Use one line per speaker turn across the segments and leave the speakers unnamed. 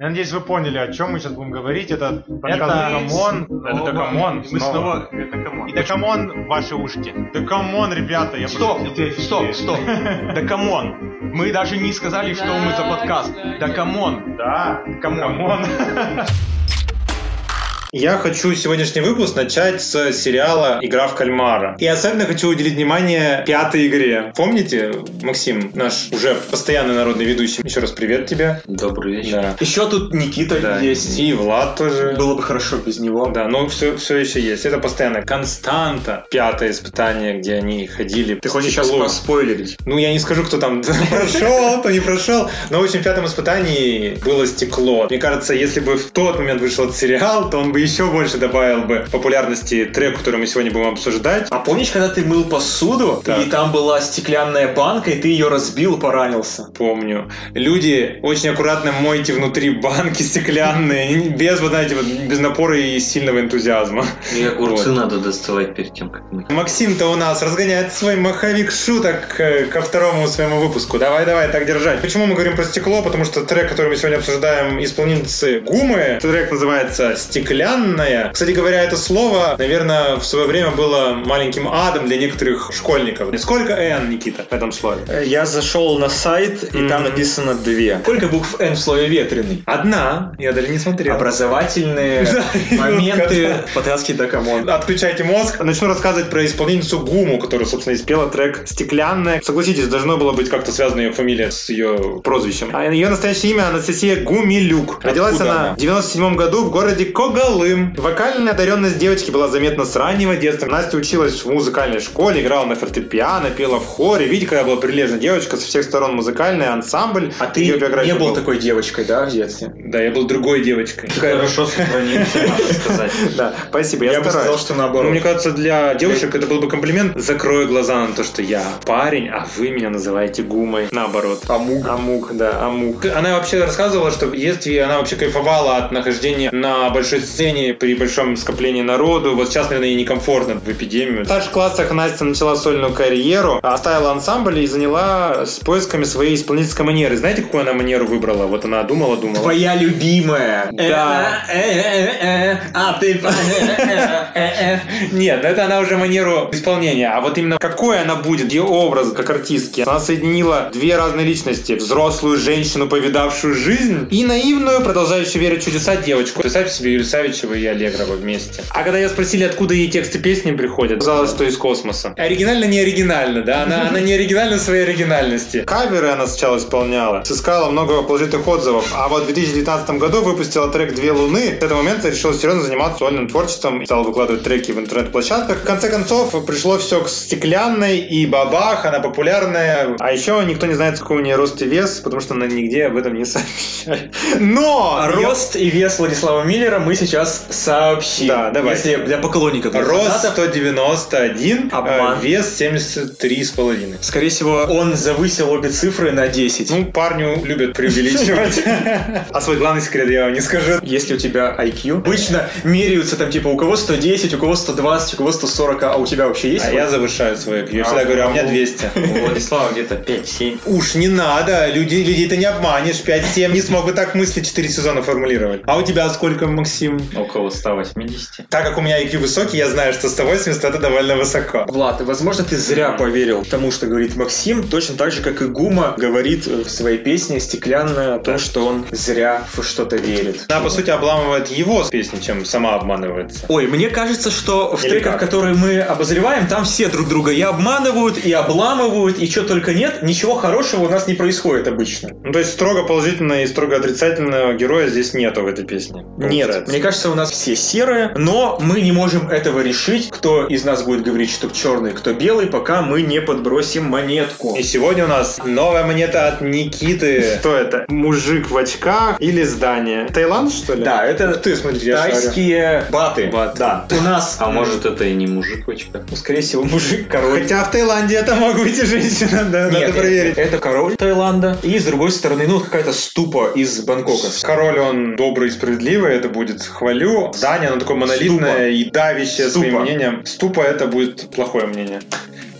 Я надеюсь, вы поняли, о чем мы сейчас будем говорить. Это, это
Подкаст.
камон, это
Снова.
камон,
И Мы снова... Это камон.
И да камон ваши ушки. Да камон, ребята, я
Стоп,
просто-
стоп, стоп. Да камон. Мы даже не сказали, что мы за подкаст. Да камон.
Да,
Камон.
камон.
Я хочу сегодняшний выпуск начать с сериала «Игра в кальмара». И особенно хочу уделить внимание пятой игре. Помните, Максим, наш уже постоянный народный ведущий? Еще раз привет тебе.
Добрый вечер.
Да.
Еще тут Никита
Да,
есть.
И Влад тоже.
Было бы хорошо без него.
Да, ну, но все, все еще есть. Это постоянно константа. Пятое испытание, где они ходили.
Ты хочешь сейчас
Тяжело.
поспойлерить?
Ну, я не скажу, кто там прошел, кто не прошел. Но, в общем, в пятом испытании было стекло. Мне кажется, если бы в тот момент вышел этот сериал, то он бы еще больше добавил бы популярности трек, который мы сегодня будем обсуждать.
А помнишь, когда ты мыл посуду,
Так.
и там была стеклянная банка, и ты ее разбил, поранился?
Помню. Люди, очень аккуратно мойте внутри банки стеклянные, без, вот знаете, вот, без напора и сильного энтузиазма.
И огурцы
Вот.
надо доставать перед тем, как мы.
Максим-то у нас разгоняет свой маховик шуток э, ко второму своему выпуску. Давай, давай, так держать. Почему мы говорим про стекло? Потому что трек, который мы сегодня обсуждаем, исполнительницы Гумы. Трек называется «Стеклянная». Кстати говоря, это слово, наверное, в свое время было маленьким адом для некоторых школьников. Сколько «Н», Никита, в этом слове?
Я зашел на сайт, и
там
написано две. Сколько букв N в слове ветреный?
Одна. Я даже не смотрел.
Образовательные моменты. Подкастки да камон.
Отключайте мозг. Начну рассказывать про исполнительницу Гуму, которая, собственно, испела трек «Стеклянная». Согласитесь, должно было быть как-то связана ее фамилия с ее прозвищем. А ее настоящее имя Анастасия Гумилюк. Родилась
Откуда
она
она?
в 97 году в городе Когалым. Вокальная одаренность девочки была заметна с раннего детства. Настя училась в музыкальной школе, играла на фортепиано, пела в хоре. Видите, какая была прилежная девочка, со всех сторон музыкальная, ансамбль.
А ты
Её
не
биография
был
была.
такой девочкой, да, в детстве?
Да, я был другой девочкой.
Хорошо сохранился, надо сказать.
Да, спасибо, я,
Я бы
стараюсь.
сказал, что
Ну,
наоборот.
мне кажется, для девушек это был бы комплимент. Закрою глаза на то, что я парень, а вы меня называете гумой. Наоборот.
Амуг.
Амук, да, а Амук. А Она вообще рассказывала, что в детстве она вообще кайфовала от нахождения на большой сцене при большом скоплении народу. Вот сейчас, наверное, ей некомфортно в эпидемию. В старших классах Настя начала сольную карьеру, оставила ансамбль и заняла с поисками своей исполнительской манеры. Знаете, какую она манеру выбрала? Вот она думала, думала.
Твоя любимая.
Да.
Э, э, э, э, А ты...
э, Нет, это она уже манеру исполнения. А вот именно какой она будет, ее образ как артистки. Она соединила две разные личности. Взрослую женщину, повидавшую жизнь, и наивную, продолжающую верить в чудеса девочку. Представьте себе Юлисавичева и Аллегрова вместе. А когда ее спросили, откуда ей тексты песни приходят, казалось, что из космоса. Оригинально не оригинально, да? Она, она не оригинальна в своей оригинальности. Каверы она сначала исполняла, сыскала много положительных отзывов, а вот в 2019 году выпустила трек «Две луны». С этого момента решила серьезно заниматься сольным творчеством и стала выкладывать треки в интернет-площадках. В конце концов, пришло все к стеклянной и бабах, она популярная. А еще никто не знает, какой у нее рост и вес, потому что она нигде об этом не сообщает. Но!
А
её-
Рост и вес Владислава Миллера мы сейчас сообщим.
Да, давай.
Если для поклонников. для
Рост
фанатов,
191,
Обман.
э, вес 73,5.
Скорее всего, он завысил обе цифры на 10.
Ну, парню любят преувеличивать. А свой главный секрет я вам не скажу.
если у тебя IQ. Обычно меряются там, типа, у кого 110, у кого 120, у кого 140, а у тебя вообще есть?
А я завышаю свой IQ. Я всегда говорю, а у меня 200.
У Владислава где-то 5-7.
Уж не надо, люди, людей ты не обманешь. 5-7 не смог бы так мысли 4 сезона формулировать. А у тебя сколько, Максим?
Около 180.
Так как у меня IQ высокий, я знаю, что 180 это довольно высоко.
Влад, возможно, ты зря поверил тому, что говорит Максим, точно так же, как и Гума говорит э, в своей песне «Стеклянная» о том, что он зря в что-то верит.
Она, по сути, обламывает его с песни, чем сама обманывается.
Ой, мне кажется, что в
Или
треках,
как?
которые мы обозреваем, там все друг друга и обманывают, и обламывают, и что только нет, ничего хорошего у нас не происходит обычно.
Ну, то есть строго положительного и строго отрицательного героя здесь нету в этой песне.
Нет,
Получается.
Ну, мне кажется, у нас все серые, но мы не можем этого решить, кто из нас будет говорить, что черный, кто белый, пока мы не подбросим монетку.
И сегодня у нас новая монета от Никиты. Что это? Мужик в очках или здание? Таиланд, что ли?
Да, это
Ух ты, смотри, я шарю.
тайские баты.
Баты.
Да. У нас,
А может это и не мужик в очках?
ну, скорее всего, мужик король.
Хотя в Таиланде это мог быть и женщина, да,
Нет,
надо проверить.
Это, это король Таиланда. И с другой стороны, ну, какая-то ступа из Бангкока.
Король, он добрый и справедливый, это будет хвалю. Здание, оно такое монолитное и давящее
Ступа.
своим мнением. Ступа, это будет плохое мнение.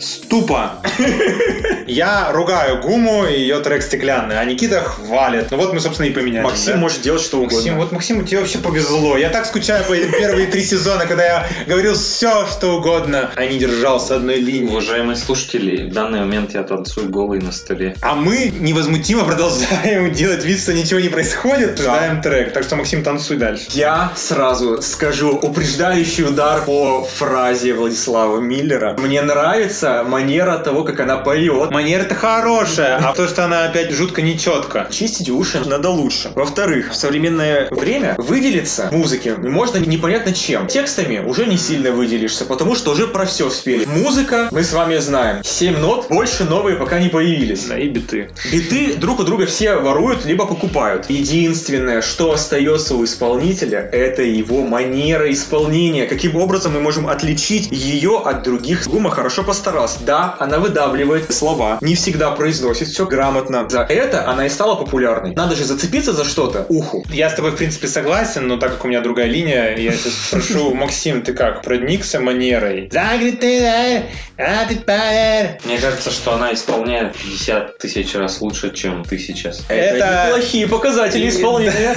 Ступа. Я ругаю Гуму и ее трек «Стеклянный», а Никита хвалит. Ну вот мы, собственно, и поменяли.
Максим
да?
может делать что угодно.
Максим, вот Максиму тебе вообще повезло. Я так скучаю по этим первые три сезона, когда я говорил все, что угодно, а не держался одной линии.
Уважаемые слушатели, в данный момент я танцую голый на столе.
А мы невозмутимо продолжаем делать вид, что ничего не происходит, ждаем трек. Так что, Максим, танцуй дальше.
Я сразу скажу упреждающий удар по фразе Владислава Миллера. Мне нравится манера того, как она поет.
Манера-то хорошая, а то, что она опять жутко нечетко.
Чистить уши надо лучше. Во-вторых, в современное время выделиться в музыке можно непонятно чем. Текстами уже не сильно выделишься, потому что уже про все спели. Музыка, мы с вами знаем, 7 нот, больше новые пока не появились.
Да, и биты.
Биты друг у друга все воруют, либо покупают. Единственное, что остается у исполнителя, это его манера исполнения. Каким образом мы можем отличить ее от других? Гума хорошо постарался. Да, она выдавливает слова, не всегда произносит все грамотно. За это она и стала популярной. Надо же зацепиться за что-то уху.
Я с тобой, в принципе, согласен, но так как у меня другая линия, я сейчас спрошу, Максим, ты как, проникся манерой? Загретая, а ты палер.
Мне кажется, что она исполняет 50 тысяч раз лучше, чем ты сейчас.
Это-
неплохие показатели исполнения.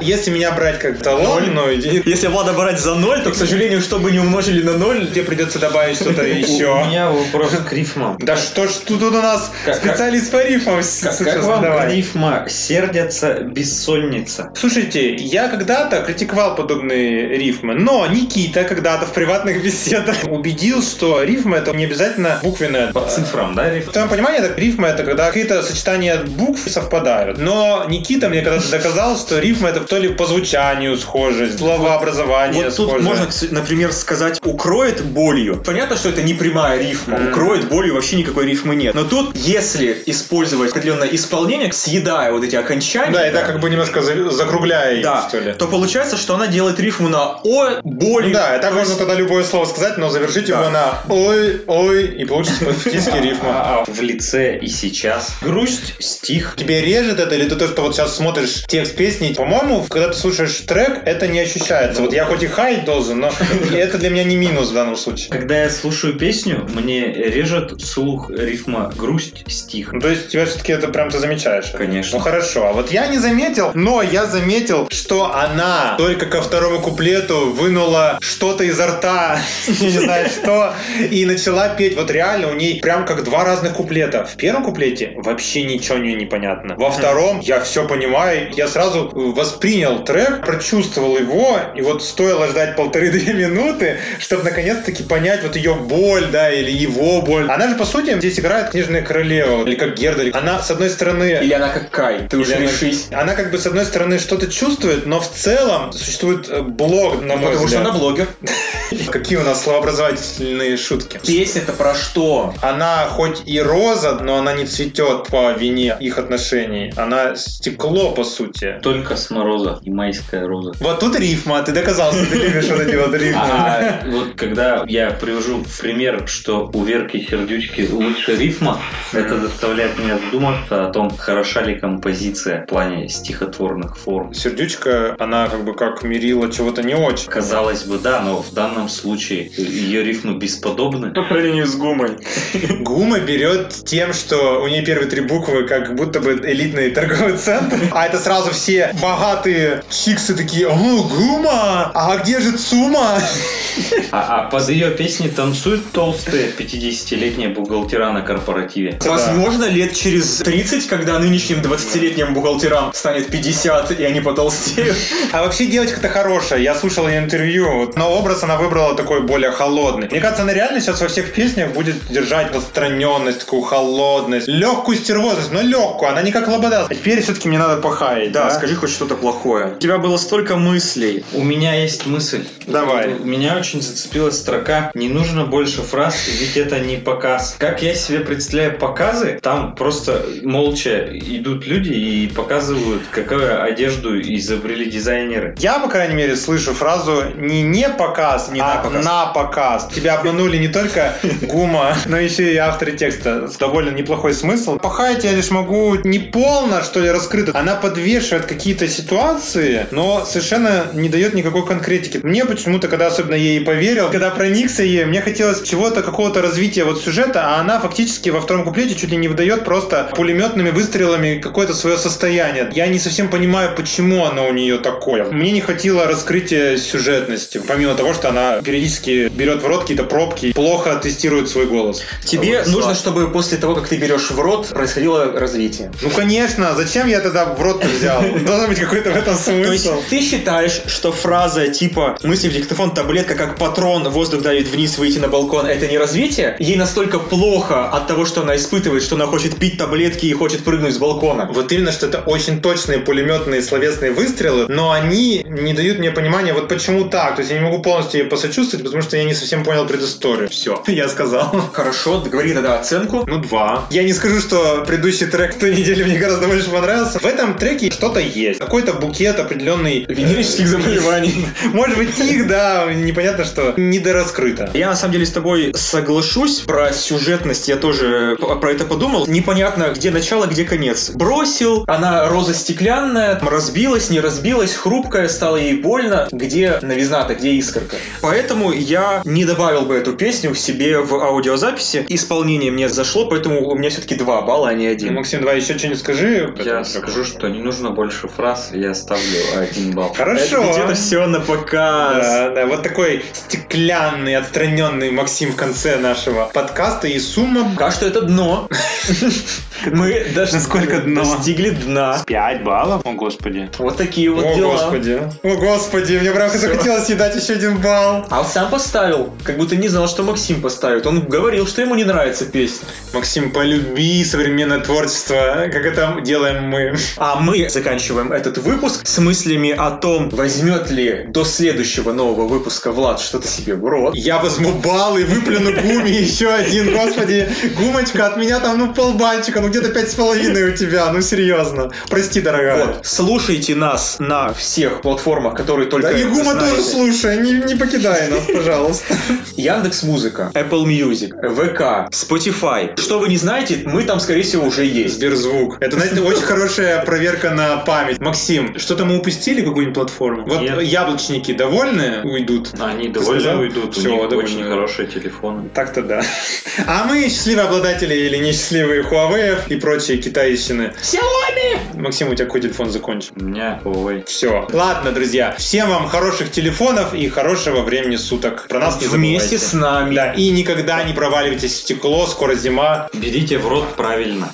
Если меня брать как довольную, и-
Если Влада брать за ноль, то, к сожалению, чтобы не умножили на ноль,
тебе придется добавить что-то еще.
меня вопрос к рифмам.
Да что ж тут у нас
Как-
специалист по рифмам с-
Как, как
сейчас,
вам
давай.
рифма «сердятся бессонница»?
Слушайте, я когда-то критиковал подобные рифмы, но Никита когда-то в приватных беседах убедил, что рифма это не обязательно буквенная.
По цифрам, да, рифм?
В твоем понимании, так, рифма это когда какие-то сочетания букв совпадают. Но Никита мне когда-то доказал, что рифма это то ли по звучанию схожесть, словообразование
Вот тут
схожее.
можно, кс- например, сказать «укроет болью». Понятно, что это не прямая рифма.
Мгм.
«Укроет болью» вообще никакой рифмы нет. Но тут, если использовать определенное исполнение, съедая вот эти окончания,
Да, и так как бы немножко за- закругляя ее,
да,
что ли.
то получается, что она делает рифму на «о»
Ну
болью.
да, и так можно тогда любое слово сказать, но завершить
Да.
его на ой, ой, и получится фактически рифма.
А, а в лице и сейчас. Грусть, стих.
Тебе режет это, или ты то, что вот сейчас смотришь текст песни, по-моему, когда ты слушаешь трек, это не ощущается. Вот я хоть и хай должен, но это для меня не минус в данном случае.
Когда я слушаю песню, мне режет слух рифма «грусть, стих».
Ну, то есть тебя все-таки это прям ты замечаешь. Ну
Конечно.
хорошо, а вот я не заметил, но я заметил, что она только ко второму куплету вынула что-то изо рта, я не знаю что, и начала петь. Вот реально у ней прям как два разных куплета. В первом куплете вообще ничего не непонятно. Во втором я все понимаю, я сразу воспринял трек, прочувствовал его, и вот стоило ждать полторы-две минуты, чтобы наконец-таки понять вот ее боль, да, или его боль. Она же, по сути, здесь играет книжная королева, или как Герда. или- Она, с одной стороны,
Или она как Кай, ты уже
она-
решись.
она как бы с одной стороны что-то чувствует, но в целом существует э, блог, на мой
Потому что
взгляд.
она блогер.
Какие у нас словообразовательные шутки.
Песня-то про что?
Она хоть и роза, но она не цветет по вине их отношений. Она стекло, по сути.
Только с мороза и майская роза.
Вот тут рифма, ты доказал, что ты любишь вот эти вот рифмы.
А вот когда я привожу в пример, что у Верки Сердючки лучше рифма, это заставляет меня задуматься о том, хороша ли композиция в плане стихотворных форм.
Сердючка, она как бы как мерила чего-то не очень.
Казалось бы, да, но в данном случае ее рифмы бесподобны.
По сравнению с Гумой.
Гума берет тем, что у нее первые три буквы как будто бы элитный торговый центр, а это сразу все богатые чиксы такие, о, Гума, а где же Цума?
А, а под ее песни танцуют толстые 50-летние бухгалтера на корпоративе.
Да.
Возможно, лет через 30, когда нынешним 20-летним бухгалтерам станет 50, и они потолстеют.
А вообще девочка-то хорошая, я слушал ее интервью, вот, но образ она выбрала такой более холодный. Мне кажется, она реально сейчас во всех песнях будет держать отстраненность, такую холодность, легкую стервозность, но легкую, она не как лобода. А теперь все-таки мне надо похаять, да?
Да, скажи хоть что-то плохое. У тебя было столько мыслей.
У меня есть мысль.
Давай.
Меня очень зацепила строка «Не нужно больше фраз, ведь это не показ». Как я себе представляю показы, там просто молча идут люди и показывают, какую одежду изобрели дизайнеры.
Я, по крайней мере, слышу фразу не не показ, не
не на показ.
на показ. Тебя обманули не только гума, но еще и авторы текста. Довольно неплохой смысл. Пахать я лишь могу не полно, что ли, раскрыто. Она подвешивает какие-то ситуации, но совершенно не дает никакой конкретики. Мне почему-то, когда особенно ей поверил, когда проникся ей, мне хотелось чего-то, какого-то развития вот сюжета, а она фактически во втором куплете чуть ли не выдает просто пулеметными выстрелами какое-то свое состояние. Я не совсем понимаю, почему оно у нее такое. Мне не хватило раскрытия сюжетности, помимо того, что она периодически берет в рот какие-то пробки, плохо тестирует свой голос.
Тебе
Вот,
нужно, чтобы после того, как ты берешь в рот, происходило развитие.
Ну, конечно, зачем я тогда в рот взял? Должен быть какой-то в этом
То есть
смысл.
ты считаешь, что фраза типа «мысли в диктофон, таблетка, как патрон, воздух давит вниз, выйти на балкон» — это не развитие? Ей настолько плохо от того, что она испытывает, что она хочет пить таблетки и хочет прыгнуть с балкона.
Вот именно, что это очень точные пулеметные словесные выстрелы, но они не дают мне понимания, вот почему так. То есть я не могу полностью ей посочувствовать, потому что я не совсем понял предысторию. Все, я сказал.
Хорошо, говори тогда оценку.
Ну, два. Я не скажу, что предыдущий трек той недели мне гораздо больше понравился. В этом треке что-то есть. Какой-то букет определенный. Э,
Венерических заболеваний.
Может быть, их, да, непонятно что. Недораскрыто.
Я на самом деле с тобой соглашусь про сюжетность, я тоже п- про это подумал. Непонятно, где начало, где конец. Бросил, она роза стеклянная, разбилась, не разбилась, хрупкая, стало ей больно. Где новизна-то, где искорка? Поэтому я не добавил бы эту песню к себе в аудиозаписи. Исполнение мне зашло, поэтому у меня все-таки два балла, а не
Ну,
один.
Максим, давай еще что-нибудь скажи.
Я скажу, что не нужно больше фраз, я ставлю один балл.
Хорошо.
Это Э, где-то все на показ.
Да, да, вот такой стеклянный, отстраненный Максим в конце нашего подкаста и сумма
Пока что это дно. Мы даже
Насколько дно?
достигли дна.
5 баллов? О, господи.
Вот такие вот
О,
дела.
господи. О, господи, мне правда захотелось ей дать еще один балл.
А он сам поставил, как будто не знал, что Максим поставит. Он говорил, что ему не нравится песня.
Максим, полюби современное творчество, как это делаем мы.
А мы заканчиваем этот выпуск с мыслями о том, возьмет ли до следующего нового выпуска Влад что-то себе в рот.
Я возьму балл и выплюну гуми еще один, господи. Гумочка, от меня там, ну, полбанчика, ну, где-то пять с половиной у тебя, ну, серьезно. Прости, дорогая.
Вот. Слушайте нас на всех платформах, которые только
Да и гума
знаете.
тоже слушай, не, не покидай нас, пожалуйста.
Яндекс Музыка, Apple Music, ВК, Spotify. Что вы не знаете, мы там, скорее всего, уже есть.
Сберзвук. Это, знаете, очень хорошая проверка на память. Максим, что-то мы упустили какую-нибудь платформу? Вот
Нет.
яблочники довольны уйдут?
Они
сказал?
довольно уйдут, у
Всё,
них
довольно.
очень хорошие телефоны.
Так-то да. А мы счастливые обладатели или несчастливые Huawei и прочие китайщины. Xiaomi! Максим, у тебя какой телефон закончен?
У меня Huawei.
Все. Ладно, друзья, всем вам хороших телефонов и хорошего времени суток. Про нас не забывайте.
Вместе с нами.
Да, и никогда не проваливайтесь в стекло, скоро зима.
Берите в рот правильно.